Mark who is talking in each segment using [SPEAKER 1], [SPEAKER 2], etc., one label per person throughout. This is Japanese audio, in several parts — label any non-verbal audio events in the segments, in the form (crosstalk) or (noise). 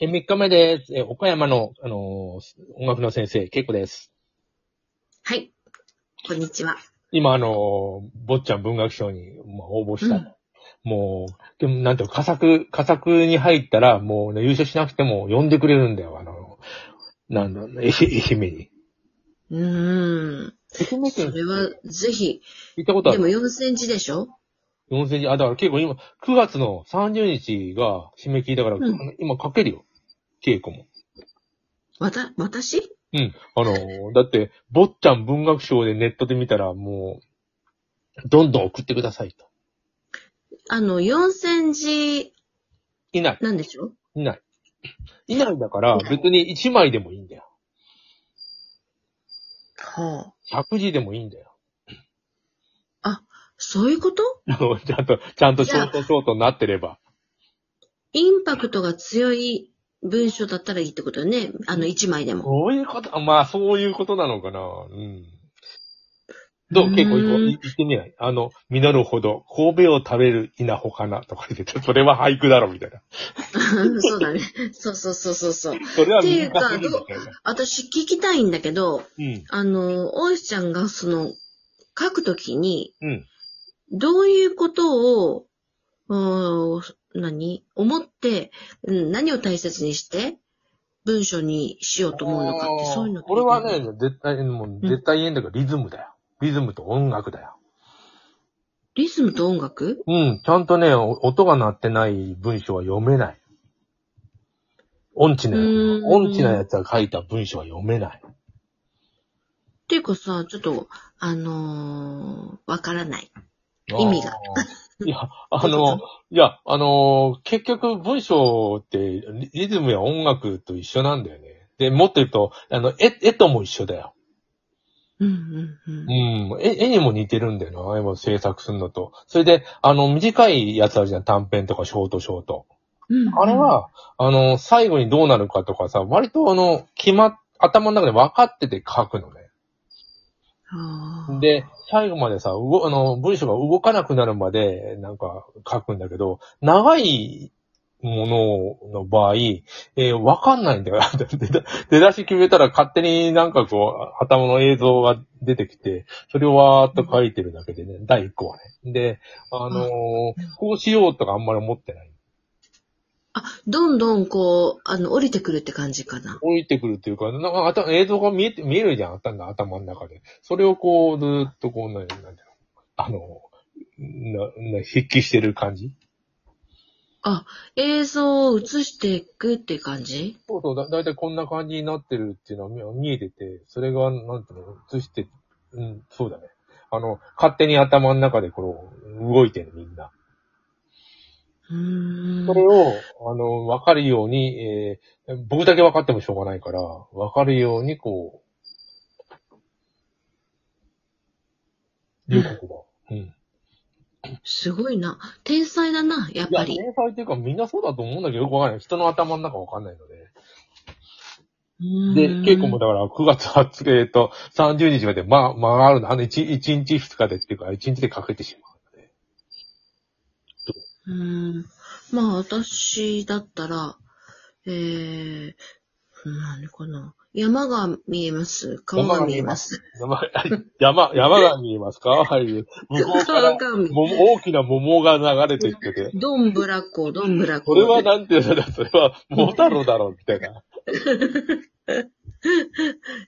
[SPEAKER 1] え、3日目です。え、岡山の、あのー音楽の先生、けいこです。
[SPEAKER 2] はい。こんにちは。
[SPEAKER 1] 今、あのー坊っちゃん文学賞に、まあ、応募した。
[SPEAKER 2] うん
[SPEAKER 1] もう、でも、なんていうか、佳作、佳作に入ったら、もうね、優勝しなくても呼んでくれるんだよ、あの、なんだ、愛愛媛に。
[SPEAKER 2] うーん。
[SPEAKER 1] 愛媛
[SPEAKER 2] そ
[SPEAKER 1] 県
[SPEAKER 2] れは、ぜひ。
[SPEAKER 1] 行ったことあ
[SPEAKER 2] でも
[SPEAKER 1] る
[SPEAKER 2] 4センチでしょ
[SPEAKER 1] ?4 センチ、あ、だから、けいこ今、9月の30日が締め切りだから、
[SPEAKER 2] うん
[SPEAKER 1] 今かけるよ。けいこも。
[SPEAKER 2] わた、私
[SPEAKER 1] うん。あのー、だって、坊っちゃん文学賞でネットで見たら、もう、どんどん送ってくださいと。
[SPEAKER 2] あの、4センチ
[SPEAKER 1] いない。
[SPEAKER 2] なんでしょ
[SPEAKER 1] いない。いないんだから
[SPEAKER 2] い、ない
[SPEAKER 1] 別に1枚でもいいんだよ。
[SPEAKER 2] はあ。
[SPEAKER 1] 100字でもいいんだ
[SPEAKER 2] (laughs)
[SPEAKER 1] よ。
[SPEAKER 2] そういうこと
[SPEAKER 1] ちゃんと、ちゃんとショートショートになってれば。
[SPEAKER 2] インパクトが強い文章だったらいいってことよね。あの、1枚でも。
[SPEAKER 1] そういうこと、まあ、そういうことなのかな。うん。ど
[SPEAKER 2] うー
[SPEAKER 1] う結
[SPEAKER 2] ん
[SPEAKER 1] 構言ってみないあの、実るほど、神戸を食べる稲穂かなとか言ってて、それは俳句だろ、みたいな。
[SPEAKER 2] (laughs) そうだね。そうそうそうそうそう。
[SPEAKER 1] それは
[SPEAKER 2] ってい
[SPEAKER 1] 民
[SPEAKER 2] うか
[SPEAKER 1] 間するみたいな。
[SPEAKER 2] 私聞きたいんだけど、
[SPEAKER 1] うん。
[SPEAKER 2] あの、大石ちゃんがその、書くときに、
[SPEAKER 1] うん。
[SPEAKER 2] どういうことを、うーん何思って、うん何を大切にして、文章にしようと思うのかって、そういうのって
[SPEAKER 1] これはね、、絶対、もう絶対言えんだけど、リズムだよ。リズムと音楽だよ。
[SPEAKER 2] リズムと音楽
[SPEAKER 1] うん、ちゃんとね、お音が鳴ってない文章は読めない。音痴な
[SPEAKER 2] うー
[SPEAKER 1] やつ
[SPEAKER 2] ん
[SPEAKER 1] は、音痴なやつが書いた文章は読めない。
[SPEAKER 2] っていうかさ、ちょっと、あのーわからない。意味が
[SPEAKER 1] あー。いや、あ
[SPEAKER 2] どういう
[SPEAKER 1] の
[SPEAKER 2] こ、
[SPEAKER 1] いや、あの、結局文章ってリリズムや音楽と一緒なんだよね。で、もっと言うと、あの、絵、絵とも一緒だよ。
[SPEAKER 2] うんうん
[SPEAKER 1] うん、
[SPEAKER 2] うん。
[SPEAKER 1] 絵、絵にも似てるんだよな、絵を制作するのと。それで、あの、短いやつあるじゃん、短編とかショートショート。
[SPEAKER 2] うんうん
[SPEAKER 1] あれ、は、あの、最後にどうなるかとかさ、割とあの、決まっ、頭の中で分かってて書くのね。
[SPEAKER 2] あー
[SPEAKER 1] で、最後までさ、うごあの、文章が動かなくなるまで、なんか書くんだけど、長いものの場合、えー分かんないんだよ。 (laughs) 出だ出だし決めたら勝手になんかこう、頭の映像が出てきて、それをわーっと書いてるだけでね、第1個はね。で、あのーこうしようとかあんまり思ってない。
[SPEAKER 2] あ、どんどんこう、あの、降りてくるって感じかな。
[SPEAKER 1] 降りてくるっていうか、なんか頭映像が見えて、見えるじゃん、頭頭の中で。それをこう、ずーっとこう、なんなんだろう。あの、な、な、筆記してる感じ
[SPEAKER 2] 映像を映していくって感じ
[SPEAKER 1] そうそうだ、だいたいこんな感じになってるっていうのは見見えてて、それが、なんていうの、映して、うん、そうだね。あの、勝手に頭の中でこの、動いてるみんな。
[SPEAKER 2] うーん。
[SPEAKER 1] それを、あの、わかるように、えー僕だけわかってもしょうがないから、わかるように、こう、いうことだ。うん。
[SPEAKER 2] すごいな。天才だな、やっ
[SPEAKER 1] いや、
[SPEAKER 2] ぱり。
[SPEAKER 1] 天才っていうかみんなそうだと思うんだけどよくわかんない。人の頭の中わかんないので。で、稽古もだから9月20日、えっと、30日まで、まあ、まあ、あるの。あの 1, 日2日でっていうか、1日でかけてしまうので。
[SPEAKER 2] うーん。まあ、私だったら、えー、何かな。山が見えます。川が見えます。
[SPEAKER 1] 山、山、山が見えますかはい。向こうか
[SPEAKER 2] 川
[SPEAKER 1] ら、
[SPEAKER 2] が見えま
[SPEAKER 1] も大きな桃が流れてきてて。
[SPEAKER 2] す。どんぶらこ、どんぶらこ。
[SPEAKER 1] それはなんていうんだろう、それは、桃太郎だろう、みたいな。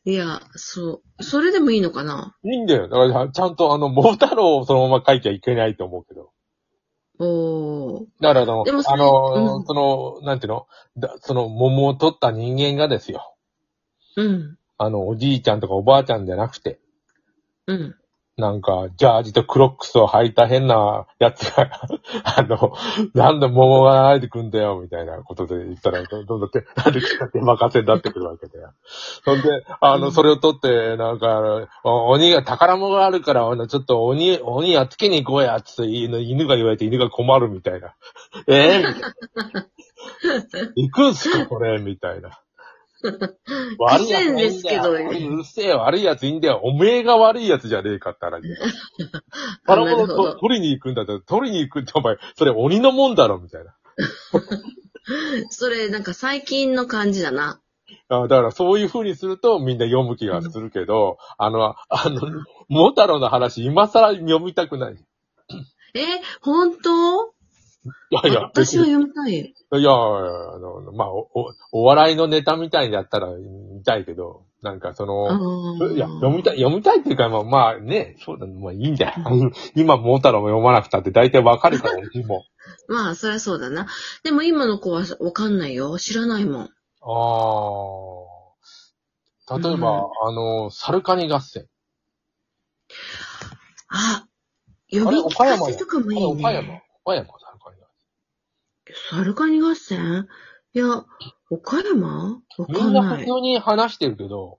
[SPEAKER 2] いや、そう。それでもいいのかない
[SPEAKER 1] いんだよ。だから、ちゃんとあの、桃太郎をそのまま書いちゃいけないと思うけど。
[SPEAKER 2] おー。
[SPEAKER 1] だからあの、
[SPEAKER 2] でもそれ
[SPEAKER 1] あの、
[SPEAKER 2] うん
[SPEAKER 1] その、なんていうのだその、桃を取った人間がですよ。
[SPEAKER 2] うん。
[SPEAKER 1] あの、おじいちゃんとかおばあちゃんじゃなくて、
[SPEAKER 2] うん。
[SPEAKER 1] なんか、ジャージとクロックスを履いた変なやつが、 (laughs) あの、なんで桃が流れてくんだよ、みたいなことで言ったら、どんどん手、なんで手任せになってくるわけだよ。そんで、あ
[SPEAKER 2] う
[SPEAKER 1] の、
[SPEAKER 2] ん
[SPEAKER 1] それを取って、なんか、お鬼が、宝物があるから、あのちょっと鬼、鬼やっつけに行こうや、つって犬犬が言われて犬が困るみたいな。 (laughs) ええみたいな。
[SPEAKER 2] (laughs)
[SPEAKER 1] 行くんすか、これ、みたいな。悪いやつはいいんだよ
[SPEAKER 2] 苦戦ですけどね
[SPEAKER 1] うるせえ、悪いやついいんだよ。おめえが悪いやつじゃねえかったら。宝
[SPEAKER 2] なるほ
[SPEAKER 1] 物
[SPEAKER 2] ど
[SPEAKER 1] と取りに行くんだって、取りに行くってお前、それ鬼のもんだろ、みたいな。
[SPEAKER 2] それ、なんか最近の感じだな。
[SPEAKER 1] あだからそういう風にするとみんな読む気がするけど、あの、あの、モタロの話今更読みたくない。い
[SPEAKER 2] え、本当
[SPEAKER 1] やいや、
[SPEAKER 2] 私は読みたい。
[SPEAKER 1] いやいや、あの、まあ、お、おお笑いのネタみたいだったら見たいけど、なんかその、いや、読みた
[SPEAKER 2] い。
[SPEAKER 1] い、読みたいっていうか、まあ、まあね、そうだ、まあいいんだよ。 (laughs) 今、モータロも読まなくたって大体わかるから、うちも。
[SPEAKER 2] まあ、そりゃそうだな。でも今の子はわかんないよ。知らないもん。
[SPEAKER 1] ああ。例え
[SPEAKER 2] う
[SPEAKER 1] ば、あの、サルカニ合戦。
[SPEAKER 2] あ、呼び聞かせとかも
[SPEAKER 1] あ
[SPEAKER 2] い
[SPEAKER 1] れ
[SPEAKER 2] い
[SPEAKER 1] 岡山
[SPEAKER 2] ね。
[SPEAKER 1] 岡山サルカニ合
[SPEAKER 2] サルカニ合戦いや、岡山わ
[SPEAKER 1] 戦。
[SPEAKER 2] か
[SPEAKER 1] みん
[SPEAKER 2] ん
[SPEAKER 1] な
[SPEAKER 2] な
[SPEAKER 1] 普
[SPEAKER 2] い。
[SPEAKER 1] 通に話してるけど、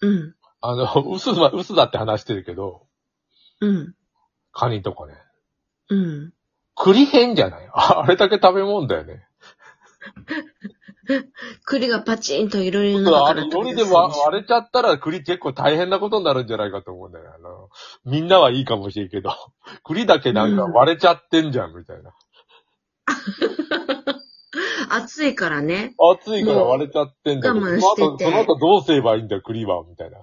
[SPEAKER 2] うん、
[SPEAKER 1] あの、 (laughs) 嘘だ、嘘だって話してるけど、
[SPEAKER 2] うん、
[SPEAKER 1] カニとかね。
[SPEAKER 2] うん。
[SPEAKER 1] 栗変じゃない (laughs) ああれだけ食べ物だよね。
[SPEAKER 2] 栗がパチンといろいろな
[SPEAKER 1] あ
[SPEAKER 2] 中から
[SPEAKER 1] れ、
[SPEAKER 2] 飛
[SPEAKER 1] よ
[SPEAKER 2] び
[SPEAKER 1] り
[SPEAKER 2] 出
[SPEAKER 1] です
[SPEAKER 2] んでしょ
[SPEAKER 1] わ割れちゃったら栗結構大変なことになるんじゃないかと思うんだよね。あの、 (laughs) みんなはいいかもしれんけど、 (laughs) 栗だけなんか割れちゃってんじゃん、みたいな。
[SPEAKER 2] 暑いからね。
[SPEAKER 1] 暑いから割れちゃってんだけど、
[SPEAKER 2] うん
[SPEAKER 1] その
[SPEAKER 2] 我慢し
[SPEAKER 1] 後、
[SPEAKER 2] て
[SPEAKER 1] そ
[SPEAKER 2] て
[SPEAKER 1] の後どうすればいいんだよ、栗は、みたいな。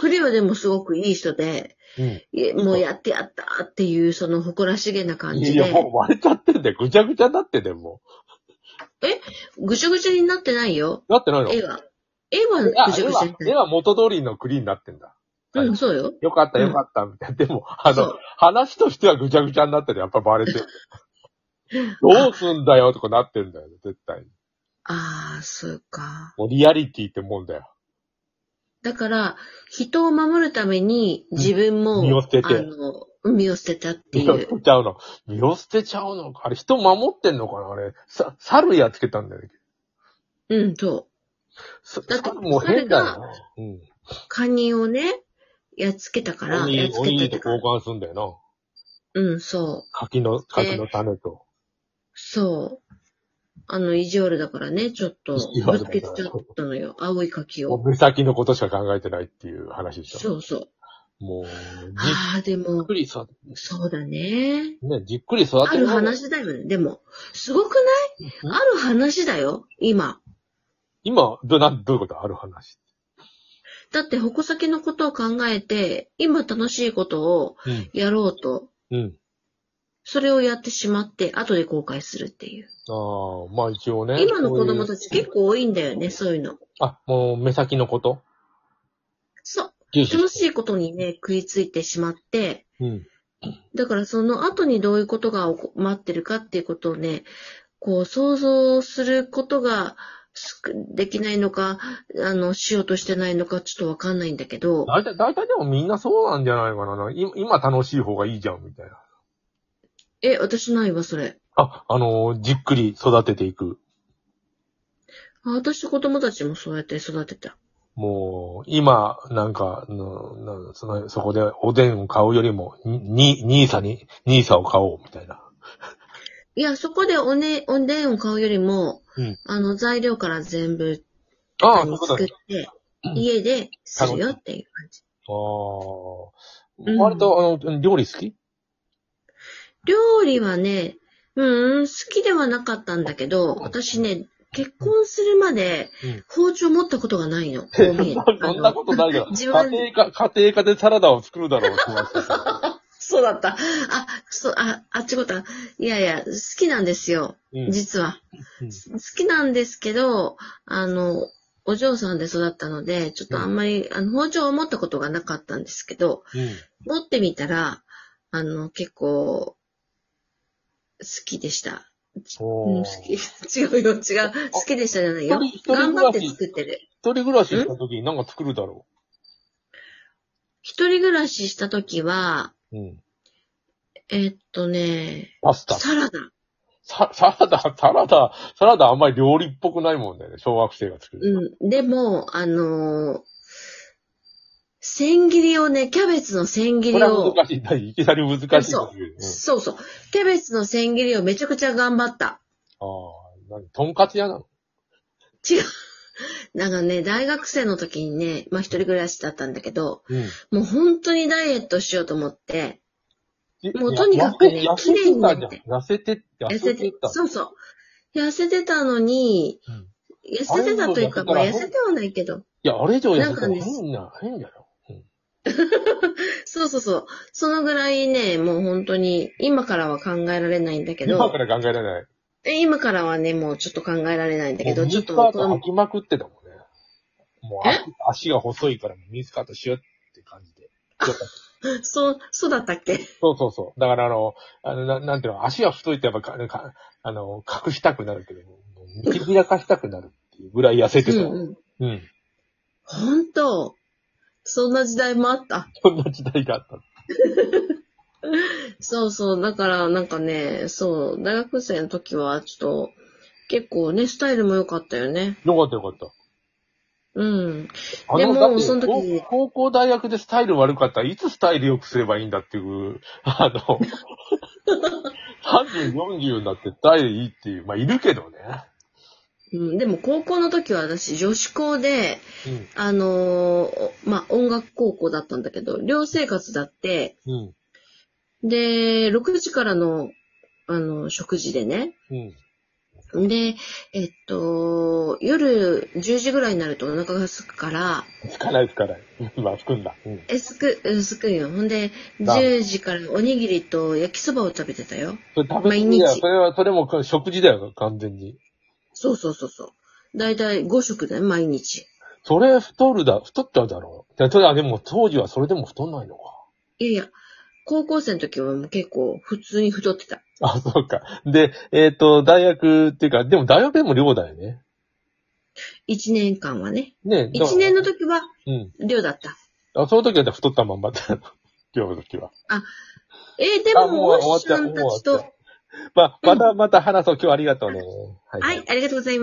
[SPEAKER 2] 栗はでもすごくいい人で、
[SPEAKER 1] うん。
[SPEAKER 2] いえもうやってやったっていう、その誇らしげな感じ
[SPEAKER 1] いや、も
[SPEAKER 2] で、
[SPEAKER 1] う割れちゃってんだよ。ぐちゃぐちゃになってんだよ、も
[SPEAKER 2] ぐちゃぐちゃになってないよ。
[SPEAKER 1] う。なってないの
[SPEAKER 2] 絵は。絵は
[SPEAKER 1] あ
[SPEAKER 2] ぐち
[SPEAKER 1] 絵
[SPEAKER 2] ゃぐちゃにな
[SPEAKER 1] は
[SPEAKER 2] っ、て
[SPEAKER 1] 絵
[SPEAKER 2] ない。
[SPEAKER 1] は元通りの栗になってんだ。は
[SPEAKER 2] うん、そうよ。
[SPEAKER 1] よかった、よかった、みたいな。でも、あ
[SPEAKER 2] そ
[SPEAKER 1] の
[SPEAKER 2] う、
[SPEAKER 1] 話としてはぐちゃぐちゃになってる。やっぱバレて
[SPEAKER 2] (laughs)
[SPEAKER 1] る。どうすんだよ、とかなってんだよ、絶対。
[SPEAKER 2] ああ、そうか。
[SPEAKER 1] もうリアリティってもんだよ。
[SPEAKER 2] だから、人を守るために自分も、
[SPEAKER 1] うん身を捨てて
[SPEAKER 2] あの、身を捨てたってい
[SPEAKER 1] 身を捨
[SPEAKER 2] う。
[SPEAKER 1] てちゃうの。身を捨てちゃうのか。あれ、人守ってんのかなあれ、さ、猿やっつけたんだよね。
[SPEAKER 2] うん、そ
[SPEAKER 1] さ
[SPEAKER 2] だって
[SPEAKER 1] 猿もう変だよな。うん。
[SPEAKER 2] う。カニをね、やっつけたから、やっ
[SPEAKER 1] 鬼、
[SPEAKER 2] つけ
[SPEAKER 1] 鬼
[SPEAKER 2] たっ
[SPEAKER 1] と
[SPEAKER 2] てか
[SPEAKER 1] 交、換するんだよな。
[SPEAKER 2] うん、そう。
[SPEAKER 1] 柿の、柿の種と。
[SPEAKER 2] そう。あの、意地悪だからね、ちょっと、
[SPEAKER 1] 意地悪だ
[SPEAKER 2] ぶつ
[SPEAKER 1] から
[SPEAKER 2] けちゃったのよ。青い柿
[SPEAKER 1] も
[SPEAKER 2] を。
[SPEAKER 1] う目先のことしか考えてないっていう話でしょ。
[SPEAKER 2] そうそう。
[SPEAKER 1] もう、じっ
[SPEAKER 2] ああ、でも
[SPEAKER 1] く、り育
[SPEAKER 2] そうだね。
[SPEAKER 1] て、ね、じっくり育
[SPEAKER 2] あ
[SPEAKER 1] て
[SPEAKER 2] る
[SPEAKER 1] ない
[SPEAKER 2] 話だよね。でも、すごく
[SPEAKER 1] う
[SPEAKER 2] なんいある話だよ、今。
[SPEAKER 1] 今、ど、な、どういうことある話。
[SPEAKER 2] だって、矛先のことを考えて、今楽しいことを
[SPEAKER 1] うん。
[SPEAKER 2] やろうと、
[SPEAKER 1] うん。
[SPEAKER 2] それをやってしまって、後で後悔するっていう。
[SPEAKER 1] ああ、まあ一応ね。
[SPEAKER 2] 今の子供た
[SPEAKER 1] ち。
[SPEAKER 2] ち結構多いんだよね、そういうの。
[SPEAKER 1] あ、もう目先のこと
[SPEAKER 2] そう。
[SPEAKER 1] 重視して
[SPEAKER 2] 楽しいことにね、食いついてしまって、
[SPEAKER 1] うん。
[SPEAKER 2] だからその後にどういうことが起こ待ってるかっていうことをね、こう想像することがすくできないのか、あの、しようとしてないのかちょっとわかんないんだけど、
[SPEAKER 1] 大体、大体でもみんなそうなんじゃないかな。い今楽しい方がいいじゃん、みたいな。
[SPEAKER 2] え、私ないわ、それ。
[SPEAKER 1] あ、あのーじっくり育てていく。
[SPEAKER 2] あ私と子供たちもそうやって育てた。
[SPEAKER 1] もう、今、なんか、のなそのそこでおでんを買うよりも、に、に兄さんに、兄さんを買おう、みたいな。
[SPEAKER 2] いや、そこでおね、おでんを買うよりも、
[SPEAKER 1] うん
[SPEAKER 2] あの、材料から全部
[SPEAKER 1] ああ、そういうこと
[SPEAKER 2] 作
[SPEAKER 1] だ
[SPEAKER 2] っ
[SPEAKER 1] ね。
[SPEAKER 2] て
[SPEAKER 1] うん、
[SPEAKER 2] 家でするよっていう感じ。
[SPEAKER 1] あ
[SPEAKER 2] うん
[SPEAKER 1] あ。割と、あの、料理好き
[SPEAKER 2] 料理はね、うん、好きではなかったんだけど、私ね、結婚するまで
[SPEAKER 1] うん、
[SPEAKER 2] 包丁持ったことがな
[SPEAKER 1] (laughs)
[SPEAKER 2] いの。こう見えて
[SPEAKER 1] そんなことないよ。
[SPEAKER 2] あの (laughs) 自
[SPEAKER 1] 家
[SPEAKER 2] 分
[SPEAKER 1] 庭科、家庭科でサラダを作るだろうって話ですよ、
[SPEAKER 2] (laughs) そうだった。あ、そう、あ、あっちごた。いやいや、好きなんですよ。
[SPEAKER 1] うん
[SPEAKER 2] 実は。
[SPEAKER 1] うん
[SPEAKER 2] 好きなんですけど、あの、お嬢さんで育ったので、ちょっとあんまり、あの、包丁を持ったことがなかったんですけど、持ってみたら、あの、結構、好きでした。
[SPEAKER 1] うん。
[SPEAKER 2] うん、
[SPEAKER 1] おー
[SPEAKER 2] 好き。 (laughs) 違うよ、違う。好きでしたじゃないよ
[SPEAKER 1] 一人一。人
[SPEAKER 2] 頑張って作ってる。
[SPEAKER 1] 一人暮らしした時に何か作るだろ
[SPEAKER 2] 一人暮らしした時は、
[SPEAKER 1] う。うん。
[SPEAKER 2] えっとね、
[SPEAKER 1] パスタ。
[SPEAKER 2] サラダ。
[SPEAKER 1] ササラダ、サラダ、サラダあんまり料理っぽくないもんだよね。小学生が作る。
[SPEAKER 2] うん。でも、あのー千切りをね、キャベツの千切
[SPEAKER 1] こ
[SPEAKER 2] り
[SPEAKER 1] れ
[SPEAKER 2] を
[SPEAKER 1] は、難しいんだ。いきなり難しいこと言うよね。
[SPEAKER 2] そうそう。キャベツの千切りをめちゃくちゃ頑張った。
[SPEAKER 1] ああ、何とんかつ屋なの
[SPEAKER 2] 違う。なんかね、大学生の時にね、まあ一人暮らしだったんだけど、
[SPEAKER 1] うん。
[SPEAKER 2] もう本当にダイエットしようと思って、もうとにかくね
[SPEAKER 1] 痩せ痩せてたじゃん。痩せて、
[SPEAKER 2] 痩
[SPEAKER 1] 痩
[SPEAKER 2] せ
[SPEAKER 1] せて
[SPEAKER 2] て
[SPEAKER 1] た。
[SPEAKER 2] そうそう。痩せてたのに、
[SPEAKER 1] うん
[SPEAKER 2] 痩せてたというか、
[SPEAKER 1] あれもだか
[SPEAKER 2] まあ
[SPEAKER 1] ら
[SPEAKER 2] 痩せてはないけど、
[SPEAKER 1] いや、あれ以上痩せた
[SPEAKER 2] なんか
[SPEAKER 1] ら
[SPEAKER 2] ね
[SPEAKER 1] 変な、変だよ。
[SPEAKER 2] そうそうそう、そのぐらいね、もう本当に、今からは考えられないんだけ
[SPEAKER 1] 今
[SPEAKER 2] ど
[SPEAKER 1] か、ら考えられない。
[SPEAKER 2] え今からはね、もうちょっと考えられないんだけ
[SPEAKER 1] も
[SPEAKER 2] ど、
[SPEAKER 1] うミ
[SPEAKER 2] ちょっ
[SPEAKER 1] ニス
[SPEAKER 2] と
[SPEAKER 1] カー
[SPEAKER 2] 子
[SPEAKER 1] ト
[SPEAKER 2] 供
[SPEAKER 1] 履きまくってたもんね。もう足足が細いからもうミニスカートしようって感じで。
[SPEAKER 2] そう、そうだったっけ
[SPEAKER 1] そうそうそう。だからあの、あのななんていうの、足が太いってやっぱかかあの隠したくなるけど、もう見開かしたくなるっていうぐらい痩せて
[SPEAKER 2] う
[SPEAKER 1] た。
[SPEAKER 2] んうん。
[SPEAKER 1] うん。
[SPEAKER 2] 本当そんな時代もあった。
[SPEAKER 1] そんな時代があった。
[SPEAKER 2] そうそう。だから、なんかね、そう、大学生の時は、ちょっと、結構ね、スタイルも良かったよね。
[SPEAKER 1] よかったよかった。
[SPEAKER 2] うん。
[SPEAKER 1] あ
[SPEAKER 2] で
[SPEAKER 1] の、
[SPEAKER 2] も
[SPEAKER 1] だって
[SPEAKER 2] その時
[SPEAKER 1] 高高校大学でスタイル悪かったらいつスタイル良くすればいいんだっていう、 (laughs) あ
[SPEAKER 2] (laughs)
[SPEAKER 1] の、30、40になってスタイルいいっていう、まあ、いるけどね。
[SPEAKER 2] うん、でも、高校の時は私、女子校で、
[SPEAKER 1] うん
[SPEAKER 2] あのーまあ、音楽高校だったんだけど、寮生活だって、。
[SPEAKER 1] うん。
[SPEAKER 2] で、6時からの、あの、食事でね。
[SPEAKER 1] うん。
[SPEAKER 2] で、えっと、夜10時ぐらいになるとお腹が空くから、
[SPEAKER 1] つかないつかない。 (laughs) まあ、つくんだ。うん。
[SPEAKER 2] え、すく、うんすくんよ。ほんで、
[SPEAKER 1] ラーメ
[SPEAKER 2] 10時からおにぎりと焼きそばを食べてたよ。
[SPEAKER 1] それ食べ過ぎだよ。
[SPEAKER 2] 毎日
[SPEAKER 1] それは、それも食事だよ、完全に。
[SPEAKER 2] そうそうそうそう。だいたい5食だよ、毎日。
[SPEAKER 1] それ太るだ、太っただろう。いやただ、でも当時はそれでも太んないのか。 (laughs)
[SPEAKER 2] いやいや、高校生の時はもう結構普通に太ってた。
[SPEAKER 1] あ、そうか。で、えっ、と、大学っていうか、でも大学でも寮だよね。
[SPEAKER 2] 1年間はね。
[SPEAKER 1] ねえ。だ
[SPEAKER 2] 1年の時は
[SPEAKER 1] うん。
[SPEAKER 2] 量だった。
[SPEAKER 1] あ、その時は太ったまんまだ (laughs) ったの。寮の時は。
[SPEAKER 2] えーで
[SPEAKER 1] あ
[SPEAKER 2] も、
[SPEAKER 1] も
[SPEAKER 2] も
[SPEAKER 1] う終わっ
[SPEAKER 2] ッ
[SPEAKER 1] ちゃ
[SPEAKER 2] さ
[SPEAKER 1] うん
[SPEAKER 2] たち
[SPEAKER 1] もう終わっ
[SPEAKER 2] と
[SPEAKER 1] ちゃ、うまあ、また、また話そう。今日はありがとうね。
[SPEAKER 2] はい、ありがとうございます。